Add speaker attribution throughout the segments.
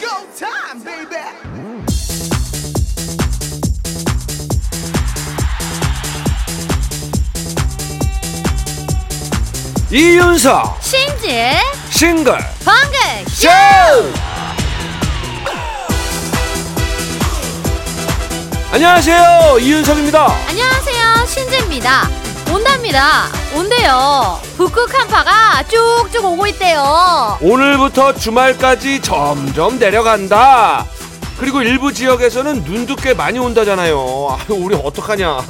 Speaker 1: no time, baby.
Speaker 2: 이윤석
Speaker 3: 신지의
Speaker 2: 싱글
Speaker 3: 방글
Speaker 2: 쇼 안녕하세요 이윤석입니다
Speaker 3: 안녕하세요 신지입니다 온답니다 온대요 북극 한파가 쭉쭉 오고 있대요
Speaker 2: 오늘부터 주말까지 점점 내려간다 그리고 일부 지역에서는 눈도 꽤 많이 온다잖아요 아유 우리 어떡하냐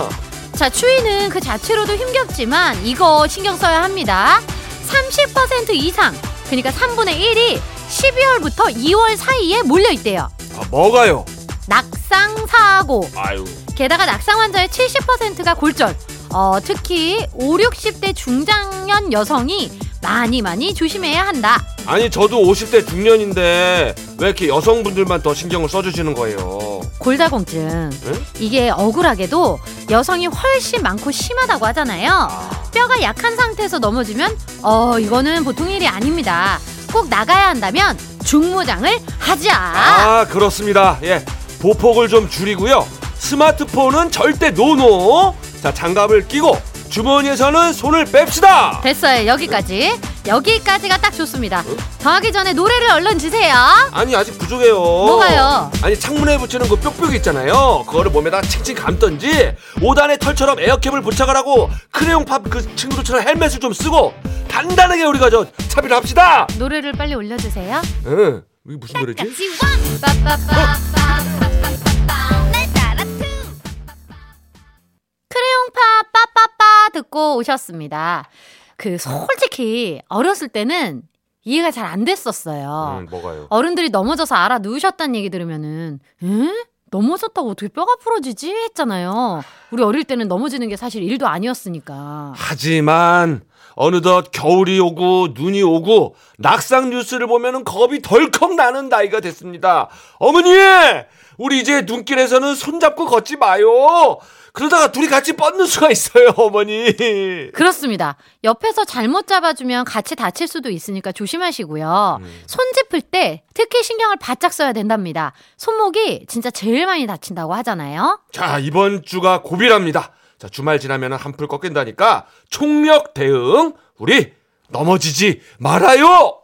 Speaker 3: 자 추위는 그 자체로도 힘겹지만 이거 신경 써야 합니다 30% 이상 그러니까 3분의 1이 12월부터 2월 사이에 몰려있대요
Speaker 2: 아, 뭐가요
Speaker 3: 낙상 사고
Speaker 2: 아유
Speaker 3: 게다가 낙상 환자의 70%가 골절. 어, 특히 5, 60대 중장년 여성이 많이 많이 조심해야 한다.
Speaker 2: 아니 저도 50대 중년인데 왜 이렇게 여성분들만 더 신경을 써주시는 거예요
Speaker 3: 골다공증.
Speaker 2: 응?
Speaker 3: 이게 억울하게도 여성이 훨씬 많고 심하다고 하잖아요. 뼈가 약한 상태에서 넘어지면 어, 이거는 보통 일이 아닙니다. 꼭 나가야 한다면 중무장을 하자.
Speaker 2: 아 그렇습니다. 예 보폭을 좀 줄이고요. 스마트폰은 절대 노노. 자 장갑을 끼고 주머니에서는 손을 뺍시다.
Speaker 3: 됐어요. 여기까지. 여기까지가 딱 좋습니다. 더하기 전에 노래를 얼른 주세요.
Speaker 2: 아니 아직 부족해요.
Speaker 3: 뭐가요?
Speaker 2: 아니 창문에 붙이는 그 뾱뾱이 있잖아요. 그거를 몸에다 칭칭 감던지 오단의 털처럼 에어캡을 부착을 하고 크레용 팝그 친구들처럼 헬멧을 좀 쓰고 단단하게 우리가 저 차비를 합시다.
Speaker 3: 노래를 빨리 올려주세요.
Speaker 2: 응. 이게 무슨 노래지?
Speaker 3: 같이 원 빠빠빠빠빠빠빠 날 따라 투 크레용파 빠빠빠 듣고 오셨습니다. 그 솔직히 어렸을 때는 이해가 잘 안 됐었어요.
Speaker 2: 음, 뭐가요?
Speaker 3: 어른들이 넘어져서 알아 누우셨다는 얘기 들으면은 에? 넘어졌다고 어떻게 뼈가 부러지지 했잖아요. 우리 어릴 때는 넘어지는 게 사실 일도 아니었으니까.
Speaker 2: 하지만 어느덧 겨울이 오고 눈이 오고 낙상 뉴스를 보면 겁이 덜컥 나는 나이가 됐습니다. 어머니! 우리 이제 눈길에서는 손잡고 걷지 마요. 그러다가 둘이 같이 뻗는 수가 있어요, 어머니.
Speaker 3: 그렇습니다. 옆에서 잘못 잡아주면 같이 다칠 수도 있으니까 조심하시고요. 손 짚을 때 특히 신경을 바짝 써야 된답니다. 손목이 진짜 제일 많이 다친다고 하잖아요.
Speaker 2: 자, 이번 주가 고비랍니다. 자, 주말 지나면 한풀 꺾인다니까 총력 대응. 우리 넘어지지 말아요.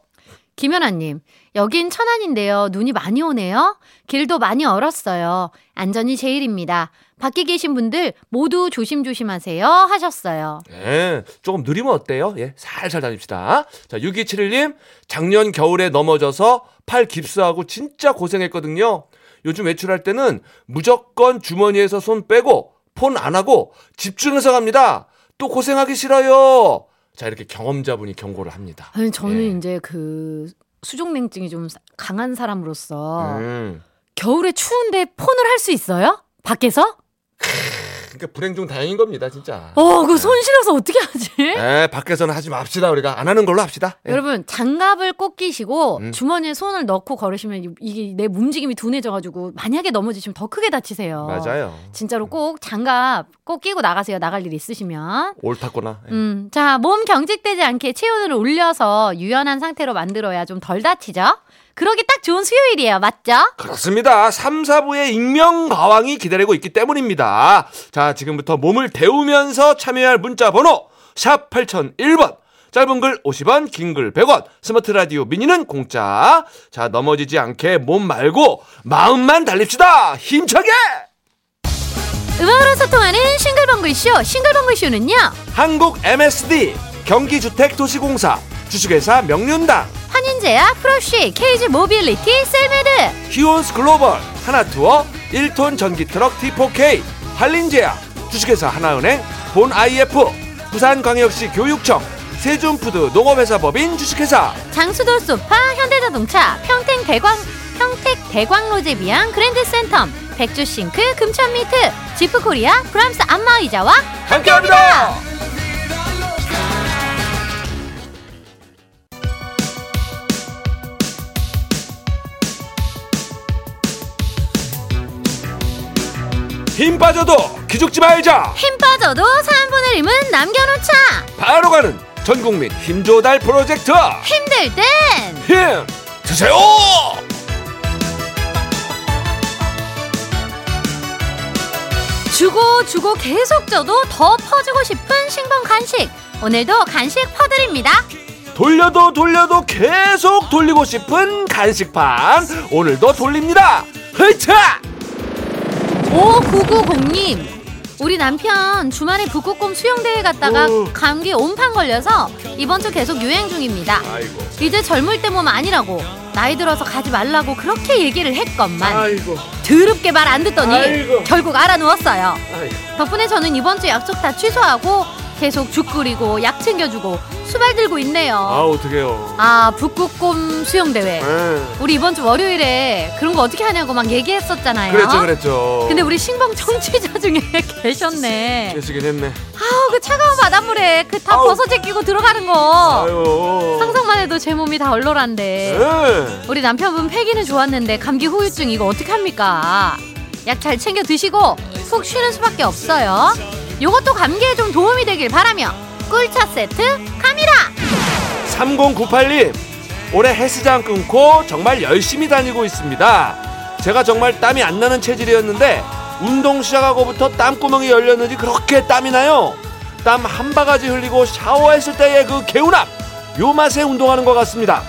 Speaker 3: 김연아님, 여긴 천안인데요. 눈이 많이 오네요. 길도 많이 얼었어요. 안전이 제일입니다. 밖에 계신 분들 모두 조심조심하세요. 하셨어요.
Speaker 2: 예, 조금 느리면 어때요? 예, 살살 다닙시다. 자, 6271님, 작년 겨울에 넘어져서 팔 깁스하고 진짜 고생했거든요. 요즘 외출할 때는 무조건 주머니에서 손 빼고 폰 안 하고 집중해서 갑니다. 또 고생하기 싫어요. 자, 이렇게 경험자분이 경고를 합니다.
Speaker 3: 아니, 저는
Speaker 2: 예.
Speaker 3: 이제 그 수족냉증이 좀 강한 사람으로서
Speaker 2: 음,
Speaker 3: 겨울에 추운데 폰을 할 수 있어요? 밖에서?
Speaker 2: 그러니까 불행 중 다행인 겁니다, 진짜.
Speaker 3: 어, 그 손 시려서 어떻게 하지?
Speaker 2: 예, 밖에서는 하지 맙시다. 우리가 안 하는 걸로 합시다. 예.
Speaker 3: 여러분 장갑을 꼭 끼시고
Speaker 2: 음.
Speaker 3: 주머니에 손을 넣고 걸으시면 이- 이게 내 움직임이 둔해져가지고 만약에 넘어지시면 더 크게 다치세요.
Speaker 2: 맞아요. 음.
Speaker 3: 진짜로 꼭 장갑 꼭 끼고 나가세요. 나갈 일 있으시면.
Speaker 2: 옳다거나. 예.
Speaker 3: 음, 자, 몸 경직되지 않게 체온을 올려서 유연한 상태로 만들어야 좀 덜 다치죠? 그러기 딱 좋은 수요일이에요. 맞죠?
Speaker 2: 그렇습니다. 3, 4부의 익명 가왕이 기다리고 있기 때문입니다. 자, 지금부터 몸을 데우면서 참여할 문자 번호 샵 8001번. 짧은 글 50원, 긴 글 100원. 스마트 라디오 미니는 공짜. 자, 넘어지지 않게 몸 말고 마음만 달립시다. 힘차게!
Speaker 3: 음악으로 소통하는 싱글벙글쇼. 싱글벙글쇼는요.
Speaker 2: 한국 MSD 경기주택도시공사 주식회사 명륜당
Speaker 3: 환인제약, 프로쉬, 케이지 모빌리티, 셀메드.
Speaker 2: 히온스 글로벌 하나투어 1톤 전기트럭 T4K 한린제약 주식회사 하나은행 본 IF 부산광역시 교육청 세준푸드 농업회사법인 주식회사
Speaker 3: 장수돌 소파, 현대자동차, 평택 대광, 평택 대광로제 비앙 그랜드 센텀, 백주 싱크, 금천 미트, 지프코리아, 브람스 안마의자와
Speaker 2: 함께합니다. 힘 빠져도 기죽지 말자.
Speaker 3: 힘 빠져도 3분의 1은 남겨놓자!
Speaker 2: 바로 가는 전국민 힘조달 프로젝트
Speaker 3: 힘들 땐!
Speaker 2: 힘 드세요.
Speaker 3: 주고 주고 계속 줘도 더 퍼주고 싶은 신봉 간식. 오늘도 간식 퍼드립니다.
Speaker 2: 돌려도 돌려도 계속 돌리고 싶은 간식판 오늘도 돌립니다. 흐차!
Speaker 3: 5990님 우리 남편 주말에 북극곰 수영대회 갔다가
Speaker 2: 오.
Speaker 3: 감기 온판 걸려서 이번 주 계속 유행 중입니다
Speaker 2: 아이고
Speaker 3: 이제 젊을 때 몸 아니라고 나이 들어서 가지 말라고 그렇게 얘기를 했건만
Speaker 2: 아이고
Speaker 3: 드럽게 말 안 듣더니
Speaker 2: 아이고.
Speaker 3: 결국 알아누웠어요
Speaker 2: 아이고
Speaker 3: 덕분에 저는 이번 주 약속 다 취소하고 계속 죽 끓이고 약 챙겨주고 수발 들고
Speaker 2: 아
Speaker 3: 있네요
Speaker 2: 어떡해요.
Speaker 3: 아 북극곰 수영대회
Speaker 2: 예.
Speaker 3: 우리 이번 주 월요일에 그런 거 어떻게 하냐고 막 얘기했었잖아요
Speaker 2: 그랬죠 그랬죠.
Speaker 3: 근데 우리 신봉 청취자 중에 계셨네.
Speaker 2: 계시긴 했네.
Speaker 3: 아우 그 차가운 바닷물에 그 다
Speaker 2: 아우.
Speaker 3: 벗어제 끼고 들어가는 거
Speaker 2: 아유.
Speaker 3: 상상만 해도 제 몸이 다 얼얼한데
Speaker 2: 예.
Speaker 3: 우리 남편분 폐기는 좋았는데 감기 후유증 이거 어떻게 합니까? 약 잘 챙겨 드시고 푹 쉬는 수밖에 없어요. 요것도 감기에 좀 도움이 되길 바라며 꿀차 세트 카미라
Speaker 2: 3098님 올해 헬스장 끊고 정말 열심히 다니고 있습니다. 제가 정말 땀이 안 나는 체질이었는데 운동 시작하고부터 땀구멍이 열렸는지 그렇게 땀이 나요. 땀 한 바가지 흘리고 샤워했을 때의 그 개운함 요 맛에 운동하는 것 같습니다.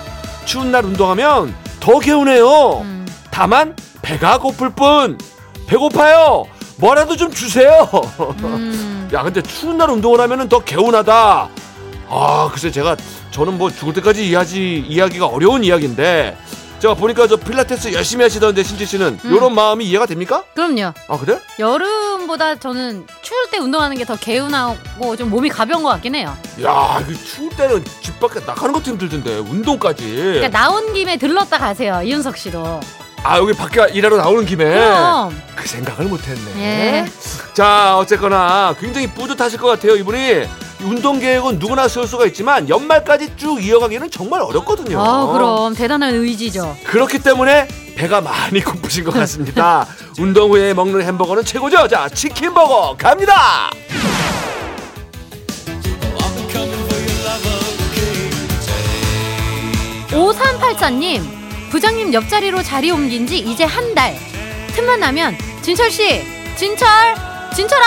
Speaker 2: 추운 날 운동하면 더 개운해요.
Speaker 3: 음,
Speaker 2: 다만 배가 고플 뿐 배고파요. 뭐라도 좀 주세요.
Speaker 3: 음.
Speaker 2: 야 근데 추운 날 운동을 하면은 더 개운하다. 아 글쎄 제가 저는 뭐 죽을 때까지 이해하지 이해하기가 어려운 이야기인데 제가 보니까 저 필라테스 열심히 하시던데 신지 씨는
Speaker 3: 음.
Speaker 2: 요런 마음이 이해가 됩니까?
Speaker 3: 그럼요.
Speaker 2: 아 그래?
Speaker 3: 여름보다 저는 추울 때 운동하는 게 더 개운하고 좀 몸이 가벼운 것 같긴 해요.
Speaker 2: 네. 야 이거 추울 때는 집 밖에 나가는 것도 힘들던데 운동까지.
Speaker 3: 그러니까 나온 김에 들렀다 가세요 이윤석 씨도.
Speaker 2: 아 여기 밖에 일하러 나오는 김에
Speaker 3: 그럼
Speaker 2: 그 생각을 못했네.
Speaker 3: 예.
Speaker 2: 자 어쨌거나 굉장히 뿌듯하실 것 같아요 이분이. 운동 계획은 누구나 세울 수가 있지만 연말까지 쭉 이어가기는 정말 어렵거든요.
Speaker 3: 아 그럼 대단한 의지죠.
Speaker 2: 그렇기 때문에 배가 많이 고프신 것 같습니다. 운동 후에 먹는 햄버거는 최고죠. 자, 치킨버거 갑니다.
Speaker 3: 오삼팔사님 부장님 옆자리로 자리 옮긴 지 이제 한 달. 틈만 나면 진철 씨, 진철, 진철아,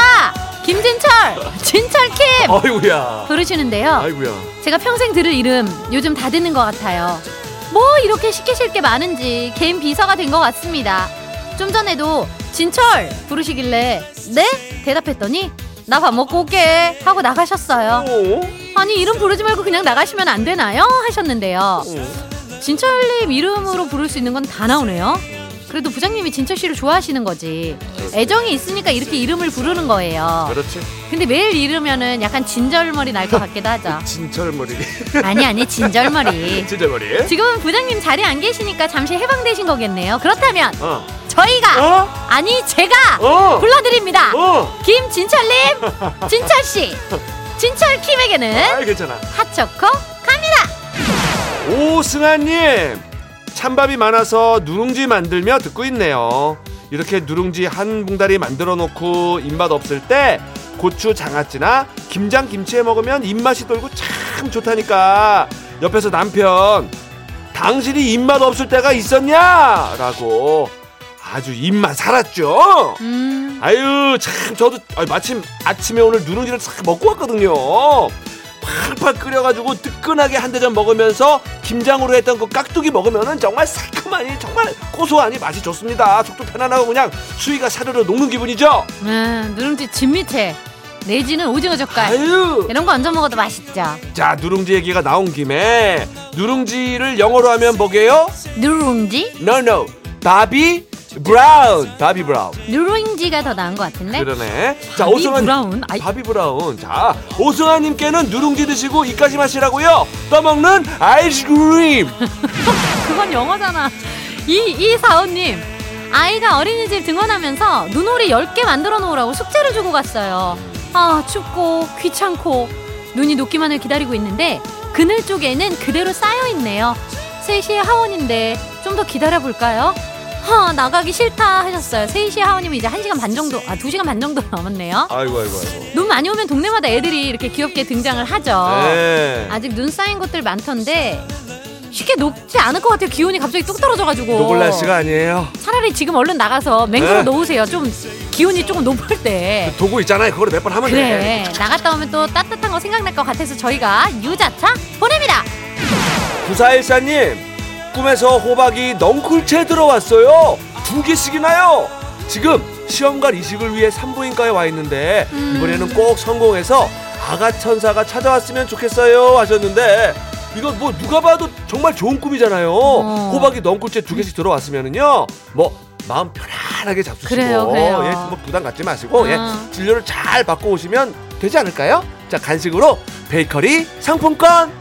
Speaker 3: 김진철, 진철킴 어.
Speaker 2: 아이고야.
Speaker 3: 부르시는데요.
Speaker 2: 아이고야.
Speaker 3: 제가 평생 들을 이름 요즘 다 듣는 것 같아요. 뭐 이렇게 시키실 게 많은지 개인 비서가 된 것 같습니다. 좀 전에도 진철 부르시길래 네 대답했더니 나 밥 먹고 올게 하고 나가셨어요.
Speaker 2: 오,
Speaker 3: 아니 이름 부르지 말고 그냥 나가시면 안 되나요? 하셨는데요. 진철님 이름으로 부를 수 있는 건 다 나오네요. 그래도 부장님이 진철 씨를 좋아하시는 거지. 애정이 있으니까 이렇게 이름을 부르는 거예요.
Speaker 2: 그렇지.
Speaker 3: 근데 매일 이러면은 약간 진절머리 날 것 같기도 하죠.
Speaker 2: 진철머리.
Speaker 3: 아니 아니 네. 진절머리.
Speaker 2: 진절머리.
Speaker 3: 지금은 부장님 자리에 안 계시니까 잠시 해방되신 거겠네요. 그렇다면
Speaker 2: 어.
Speaker 3: 저희가
Speaker 2: 어?
Speaker 3: 아니 제가
Speaker 2: 어?
Speaker 3: 불러드립니다.
Speaker 2: 어?
Speaker 3: 김진철님, 진철 씨, 진철 킴에게는
Speaker 2: 아이 괜찮아.
Speaker 3: 핫초코 갑니다.
Speaker 2: 오승아님 찬밥이 많아서 누룽지 만들며 듣고 있네요. 이렇게 누룽지 한 봉다리 만들어 놓고 입맛 없을 때 고추 장아찌나 김장 김치에 먹으면 입맛이 돌고 참 좋다니까. 옆에서 남편 당신이 입맛 없을 때가 있었냐라고 아주 입만 살았죠.
Speaker 3: 음,
Speaker 2: 아유 참 저도 아, 마침 아침에 오늘 누룽지를 싹 먹고 왔거든요 팔팔 끓여가지고 뜨끈하게 한 대접 먹으면서 김장으로 했던 그 깍두기 먹으면은 정말 새콤하니 정말 고소하니 맛이 좋습니다 속도 편안하고 그냥 수위가 사르르 녹는 기분이죠
Speaker 3: 아, 누룽지 진미채, 내지는 오징어 젓갈
Speaker 2: 아유
Speaker 3: 이런 거 얹어 먹어도 맛있죠.
Speaker 2: 자 누룽지 얘기가 나온 김에 누룽지를 영어로 하면 뭐게요?
Speaker 3: 누룽지,
Speaker 2: No no 바비 브라운 바비 브라운
Speaker 3: 누룽지가 더 나은 것 같은데.
Speaker 2: 그러네 자
Speaker 3: 바비
Speaker 2: 오승환
Speaker 3: 브라운, 아이,
Speaker 2: 바비 브라운 자 오승아님께는 누룽지 드시고 이까지 마시라고요 떠먹는 아이스크림
Speaker 3: 그건 영어잖아. 이, 이 사원님. 아이가 어린이집 등원하면서 눈오리 10개 만들어 놓으라고 숙제를 주고 갔어요. 아, 춥고 귀찮고 눈이 녹기만을 기다리고 있는데 그늘 쪽에는 그대로 쌓여 있네요. 3시에 하원인데 좀 더 기다려 볼까요? 아, 나가기 싫다 하셨어요. 3시에 하원이면 이제 1시간 반 정도, 아, 2시간 반 정도 남았네요.
Speaker 2: 아이고 아이고 아이고
Speaker 3: 눈 많이 오면 동네마다 애들이 이렇게 귀엽게 등장을 하죠.
Speaker 2: 네.
Speaker 3: 아직 눈 쌓인 곳들 많던데 쉽게 녹지 않을 것 같아요. 기온이 갑자기 뚝 떨어져가지고.
Speaker 2: 노골 날씨가 아니에요.
Speaker 3: 차라리 지금 얼른 나가서 맹수로
Speaker 2: 네.
Speaker 3: 놓으세요. 좀 기온이 조금 높을 때.
Speaker 2: 도구 있잖아요. 그거를 몇 번 하면 돼.
Speaker 3: 그래. 나갔다 오면 또 따뜻한 거 생각날 것 같아서 저희가 유자차 보냅니다.
Speaker 2: 구사일사님 꿈에서 호박이 넝쿨채 들어왔어요. 두 개씩이나요. 지금 시험관 이식을 위해 산부인과에 와 있는데
Speaker 3: 음.
Speaker 2: 이번에는 꼭 성공해서 아가 천사가 찾아왔으면 좋겠어요 하셨는데 이거 뭐 누가 봐도 정말 좋은 꿈이잖아요.
Speaker 3: 어.
Speaker 2: 호박이 넝쿨채 두 개씩 들어왔으면은요 뭐 마음 편안하게 잡수시고
Speaker 3: 그래요, 그래요.
Speaker 2: 예, 뭐 부담 갖지 마시고 예,
Speaker 3: 어.
Speaker 2: 진료를 잘 받고 오시면 되지 않을까요? 자 간식으로 베이커리 상품권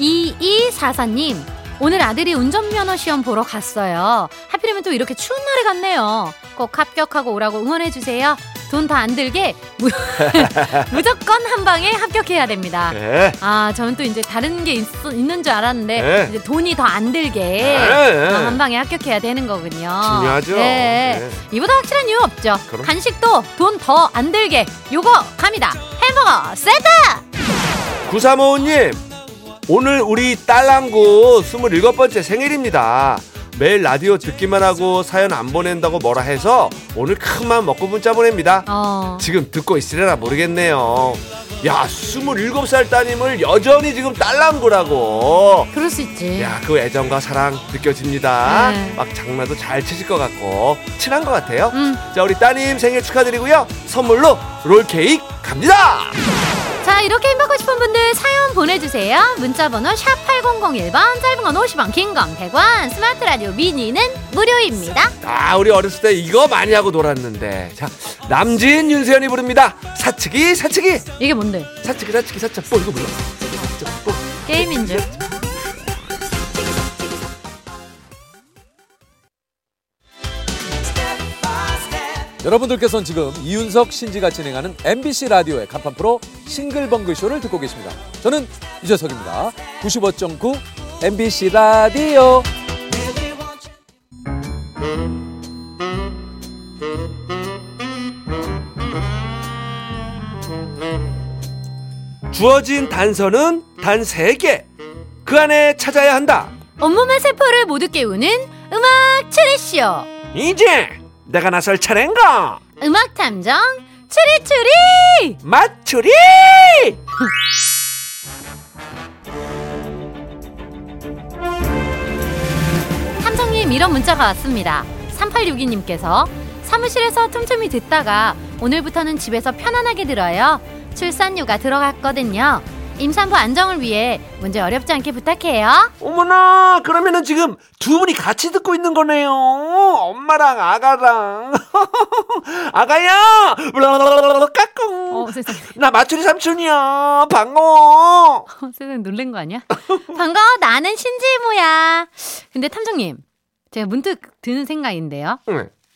Speaker 3: 2244님, 오늘 아들이 운전면허 시험 보러 갔어요. 하필이면 또 이렇게 추운 날에 갔네요. 꼭 합격하고 오라고 응원해주세요. 돈 다 안 들게 무- 무조건 한 방에 합격해야 됩니다.
Speaker 2: 예.
Speaker 3: 아, 저는 또 이제 다른 게 있, 는줄 알았는데
Speaker 2: 네.
Speaker 3: 이제 돈이 더 안 들게
Speaker 2: 네.
Speaker 3: 아, 한 방에 합격해야 되는 거군요.
Speaker 2: 중요하죠.
Speaker 3: 네.
Speaker 2: 네.
Speaker 3: 이보다 확실한 이유 없죠.
Speaker 2: 그럼.
Speaker 3: 간식도 돈 더 안 들게 요거 갑니다. 햄버거 세트.
Speaker 2: 구사모우님 오늘 우리 딸랑구 27번째 생일입니다 매일 라디오 듣기만 하고 사연 안 보낸다고 뭐라 해서 오늘 큰맘 먹고 문자 보냅니다
Speaker 3: 어.
Speaker 2: 지금 듣고 있으려나 모르겠네요 야 27살 따님을 여전히 지금 딸랑구라고
Speaker 3: 그럴 수 있지.
Speaker 2: 야 그 애정과 사랑 느껴집니다
Speaker 3: 네.
Speaker 2: 막 장난도 잘 치실 것 같고 친한 것 같아요
Speaker 3: 음.
Speaker 2: 자 우리 따님 생일 축하드리고요 선물로 롤케이크 갑니다
Speaker 3: 자 이렇게 힘받고 싶은 분들 사연 보내주세요 문자번호 샵 8001번 짧은 건 50원 긴 건 100원 스마트 라디오 미니는 무료입니다
Speaker 2: 아 우리 어렸을 때 이거 많이 하고 놀았는데 자 남진 윤세현이 부릅니다 사치기 사치기
Speaker 3: 이게 뭔데
Speaker 2: 사치기 사치기 사치뽀 이거 몰라 사치뽀
Speaker 3: 게임인 줄
Speaker 1: 여러분들께서는 지금 이윤석 신지가 진행하는 MBC 라디오의 간판 프로 싱글벙글 쇼를 듣고 계십니다. 저는 유재석입니다. 95.9 MBC 라디오.
Speaker 2: 주어진 단서는 단 세개그 안에 찾아야 한다
Speaker 3: 온몸의 세포를 모두 깨우는 음악 추리쇼
Speaker 2: 이제 내가 나설 차례인가
Speaker 3: 음악 탐정 추리추리
Speaker 2: 맞추리
Speaker 3: 탐정님 이런 문자가 왔습니다 3862님께서 사무실에서 틈틈이 듣다가 오늘부터는 집에서 편안하게 들어요 출산 휴가 들어갔거든요 임산부 안정을 위해 문제 어렵지 않게 부탁해요
Speaker 2: 어머나 그러면은 지금 두 분이 같이 듣고 있는 거네요 엄마랑 아가랑 아가야 까꿍
Speaker 3: 어, 세상에.
Speaker 2: 나 마추리 삼촌이야 반가워
Speaker 3: 어, 세상에 놀란 거 아니야? 반가워, 나는 신지모야. 근데 탐정님, 제가 문득 드는 생각인데요.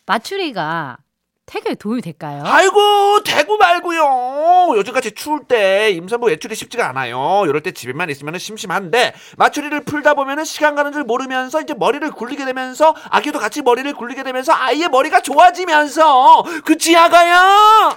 Speaker 3: 마추리가 태교에 도움이 될까요?
Speaker 2: 아이고 대구 말고요 요즘같이 추울 때 임산부 외출이 쉽지가 않아요 이럴 때 집에만 있으면 심심한데 마추리를 풀다 보면 시간 가는 줄 모르면서 이제 머리를 굴리게 되면서 아기도 같이 머리를 굴리게 되면서 아이의 머리가 좋아지면서 그치 아가야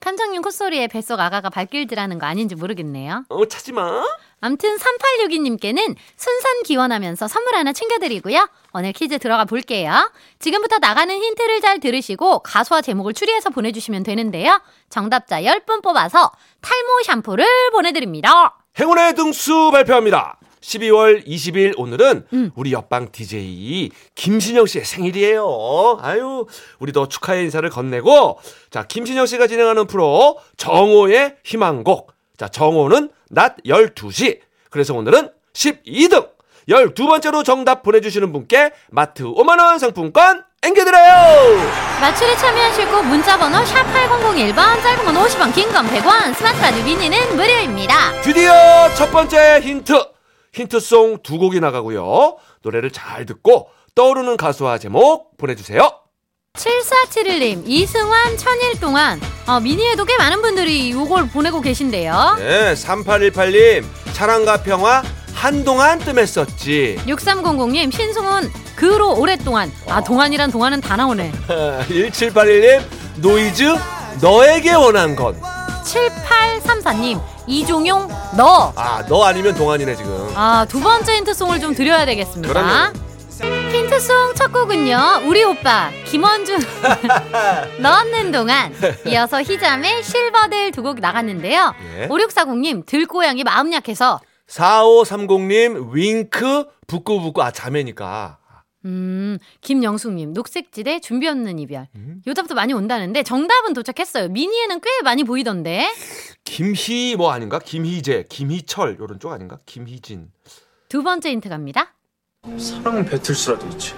Speaker 3: 탐정님 콧소리에 뱃속 아가가 발길질하는 거 아닌지 모르겠네요.
Speaker 2: 어 찾지마
Speaker 3: 암튼 3862님께는 순산 기원하면서 선물 하나 챙겨드리고요. 오늘 퀴즈 들어가 볼게요. 지금부터 나가는 힌트를 잘 들으시고 가수와 제목을 추리해서 보내주시면 되는데요. 정답자 10분 뽑아서 탈모 샴푸를 보내드립니다.
Speaker 2: 행운의 등수 발표합니다. 12월 20일 오늘은
Speaker 3: 음.
Speaker 2: 우리 옆방 DJ 김신영 씨의 생일이에요. 아유, 우리도 축하의 인사를 건네고 자, 김신영 씨가 진행하는 프로 정호의 희망곡. 자, 정호는 낮 12시. 그래서 오늘은 12등. 12번째로 정답 보내주시는 분께 마트 5만원 상품권 앵겨드려요!
Speaker 3: 마추리 참여하실 곳 문자번호 샵 8001번 짧은 건 50원 긴 건 100원 스마트 라디오 미니는 무료입니다
Speaker 2: 드디어 첫 번째 힌트. 힌트송 두 곡이 나가고요. 노래를 잘 듣고 떠오르는 가수와 제목 보내주세요.
Speaker 3: 7471님 이승환 천일 동안 어, 미니에도 꽤 많은 분들이 이걸 보내고 계신데요
Speaker 2: 네, 3818님. 사랑과 평화 한동안 뜸했었지.
Speaker 3: 6300님 신승훈 그로 오랫동안 아 동안이란 동안은 다 나오네
Speaker 2: 1781님. 노이즈 너에게 원한 건.
Speaker 3: 7834님 이종용 너.
Speaker 2: 아, 너 아니면 동안이네, 지금.
Speaker 3: 아, 두 번째 힌트송을 좀 드려야 되겠습니다.
Speaker 2: 그러면.
Speaker 3: 힌트송 첫 곡은요. 우리 오빠 김원준 넣는 동안
Speaker 2: 네.
Speaker 3: 이어서 희잠의 실버들 두 곡 나갔는데요.
Speaker 2: 예.
Speaker 3: 5640님 들고양이 마음 약해서
Speaker 2: 4530님, 윙크, 북구북구. 아, 자매니까.
Speaker 3: 음, 김영숙님 녹색지대 준비 없는 이별.
Speaker 2: 음.
Speaker 3: 요답도 많이 온다는데 정답은 도착했어요. 미니에는 꽤 많이 보이던데.
Speaker 2: 김희 뭐 아닌가? 김희재, 김희철 요런 쪽 아닌가? 김희진.
Speaker 3: 두 번째 힌트 갑니다.
Speaker 4: 사랑은 뱉을 수라도 있지.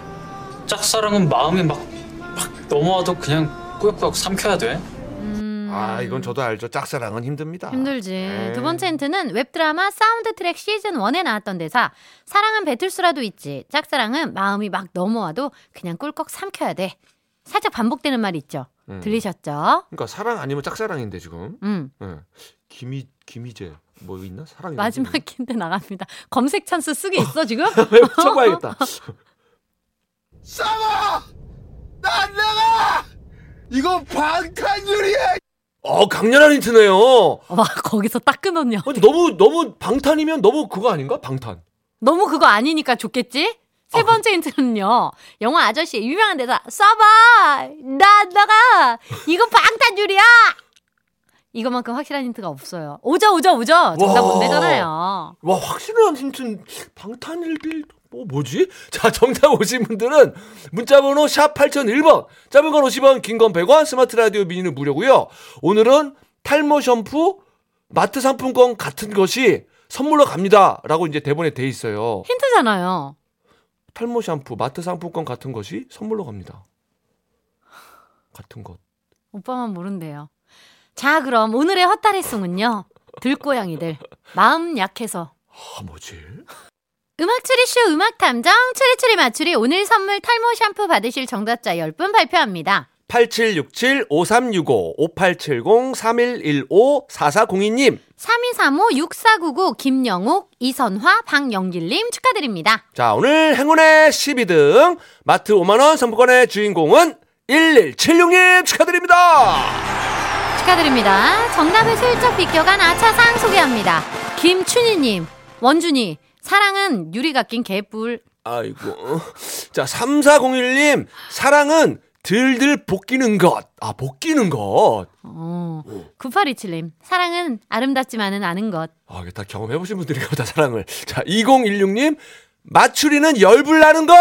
Speaker 4: 짝사랑은 마음이 막, 막 넘어와도 그냥 꾸역꾸역 삼켜야 돼.
Speaker 3: 음,
Speaker 2: 아 이건 저도 알죠. 짝사랑은 힘듭니다.
Speaker 3: 힘들지.
Speaker 2: 네.
Speaker 3: 두 번째 힌트는 웹드라마 사운드 트랙 시즌 1에 나왔던 대사. 사랑은 뱉을 수라도 있지. 짝사랑은 마음이 막 넘어와도 그냥 꿀꺽 삼켜야 돼. 살짝 반복되는 말 있죠.
Speaker 2: 음.
Speaker 3: 들리셨죠?
Speaker 2: 그러니까 사랑 아니면 짝사랑인데 지금.
Speaker 3: 음.
Speaker 2: 예. 김희 김희재 뭐 있나? 사랑
Speaker 3: 마지막 힌트 나갑니다. 검색 찬스 쓰기 있어 지금?
Speaker 2: 왜 쳐봐야겠다.
Speaker 5: 싸워! 난 나가! 이거 방탄유리야!
Speaker 2: 어 강렬한 힌트네요.
Speaker 3: 와 거기서 딱 끊었냐.
Speaker 2: 근데 너무 너무 방탄이면 너무 그거 아닌가? 방탄.
Speaker 3: 너무 그거 아니니까 좋겠지? 세 번째 힌트는요. 영화 아저씨의 유명한 대사. 쏴봐! 나, 나가! 이거 방탄줄이야! 이것만큼 확실한 힌트가 없어요. 오죠, 오죠, 오죠! 정답
Speaker 2: 와.
Speaker 3: 못 내잖아요.
Speaker 2: 와 확실한 힌트 방탄일길 뭐 뭐지? 자 정답 오신 분들은 문자번호 샵 8001번 짧은 건 50원 긴 건 100원 스마트 라디오 미니는 무료고요 오늘은 탈모 샴푸 마트 상품권 같은 것이 선물로 갑니다 라고 이제 대본에 돼 있어요
Speaker 3: 힌트잖아요.
Speaker 2: 탈모 샴푸 마트 상품권 같은 것이 선물로 갑니다 같은 것
Speaker 3: 오빠만 모른대요. 자, 그럼 오늘의 헛다리송은요. 들고양이들. 마음 약해서.
Speaker 2: 아, 뭐지?
Speaker 3: 음악 추리쇼 음악 탐정 추리추리 맞추리 오늘 선물 탈모 샴푸 받으실 정답자 10분 발표합니다.
Speaker 2: 8767-5365-5870-3115-4402님
Speaker 3: 3235-6499 김영옥, 이선화, 박영길님 축하드립니다.
Speaker 2: 자, 오늘 행운의 12등 마트 5만 원 상품권의 주인공은 1176님 축하드립니다.
Speaker 3: 축하드립니다. 정답을 슬쩍 비껴간 아차상 소개합니다. 김춘희님, 원준이, 사랑은 유리가 낀 개뿔.
Speaker 2: 아이고. 자, 3401님 사랑은 들들 볶이는 것. 아, 볶이는 것.
Speaker 3: 어, 9827님, 사랑은 아름답지만은 않은 것.
Speaker 2: 아, 이게 다 경험해 보신 분들인가 보다 사랑을. 자, 2016님 마추리는 열불 나는 것.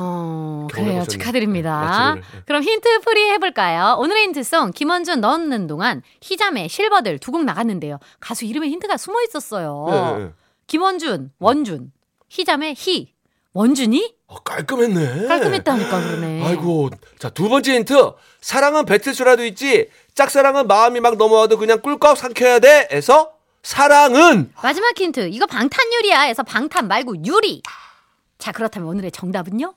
Speaker 3: 어,
Speaker 2: 겨울에
Speaker 3: 그래요.
Speaker 2: 보셨네. 네.
Speaker 3: 축하드립니다.
Speaker 2: 맞지, 그래.
Speaker 3: 그럼 힌트 풀이 해볼까요? 오늘의 힌트송, 김원준 넣는 동안 희자매 실버들 두 곡 나갔는데요. 가수 이름에 힌트가 숨어 있었어요.
Speaker 2: 예, 예.
Speaker 3: 김원준, 원준, 희자매 희, 원준이
Speaker 2: 아, 깔끔했네.
Speaker 3: 깔끔했다니까 그러네.
Speaker 2: 아이고. 자, 두 번째 힌트. 사랑은 뱉을 수라도 있지. 짝사랑은 마음이 막 넘어와도 그냥 꿀꺽 삼켜야 돼. 에서 사랑은
Speaker 3: 마지막 힌트 이거 방탄유리야에서 방탄 말고 유리. 자 그렇다면 오늘의 정답은요?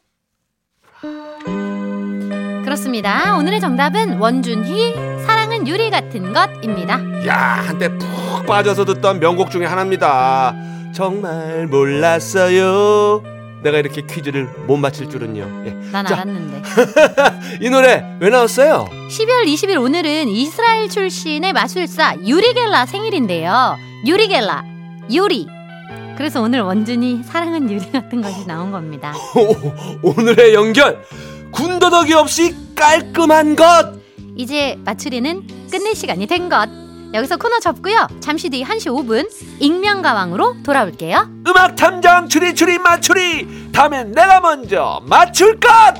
Speaker 3: 그렇습니다. 오늘의 정답은 원준희 사랑은 유리 같은 것입니다.
Speaker 2: 야, 한때 푹 빠져서 듣던 명곡 중에 하나입니다. 정말 몰랐어요. 내가 이렇게 퀴즈를 못 맞힐 줄은요. 예.
Speaker 3: 난
Speaker 2: 자.
Speaker 3: 알았는데.
Speaker 2: 이 노래 왜 나왔어요?
Speaker 3: 12월 20일 오늘은 이스라엘 출신의 마술사 유리겔라 생일인데요. 유리겔라, 유리. 그래서 오늘 원준이 사랑은 유리 같은 것이 나온 겁니다.
Speaker 2: 오늘의 연결. 군더더기 없이 깔끔한 것.
Speaker 3: 이제 마추리는 끝낼 시간이 된 것. 여기서 코너 접고요. 잠시 뒤 1시 5분 익명가왕으로 돌아올게요.
Speaker 2: 음악 탐정 추리 추리 맞추리. 다음엔 내가 먼저 맞출 것.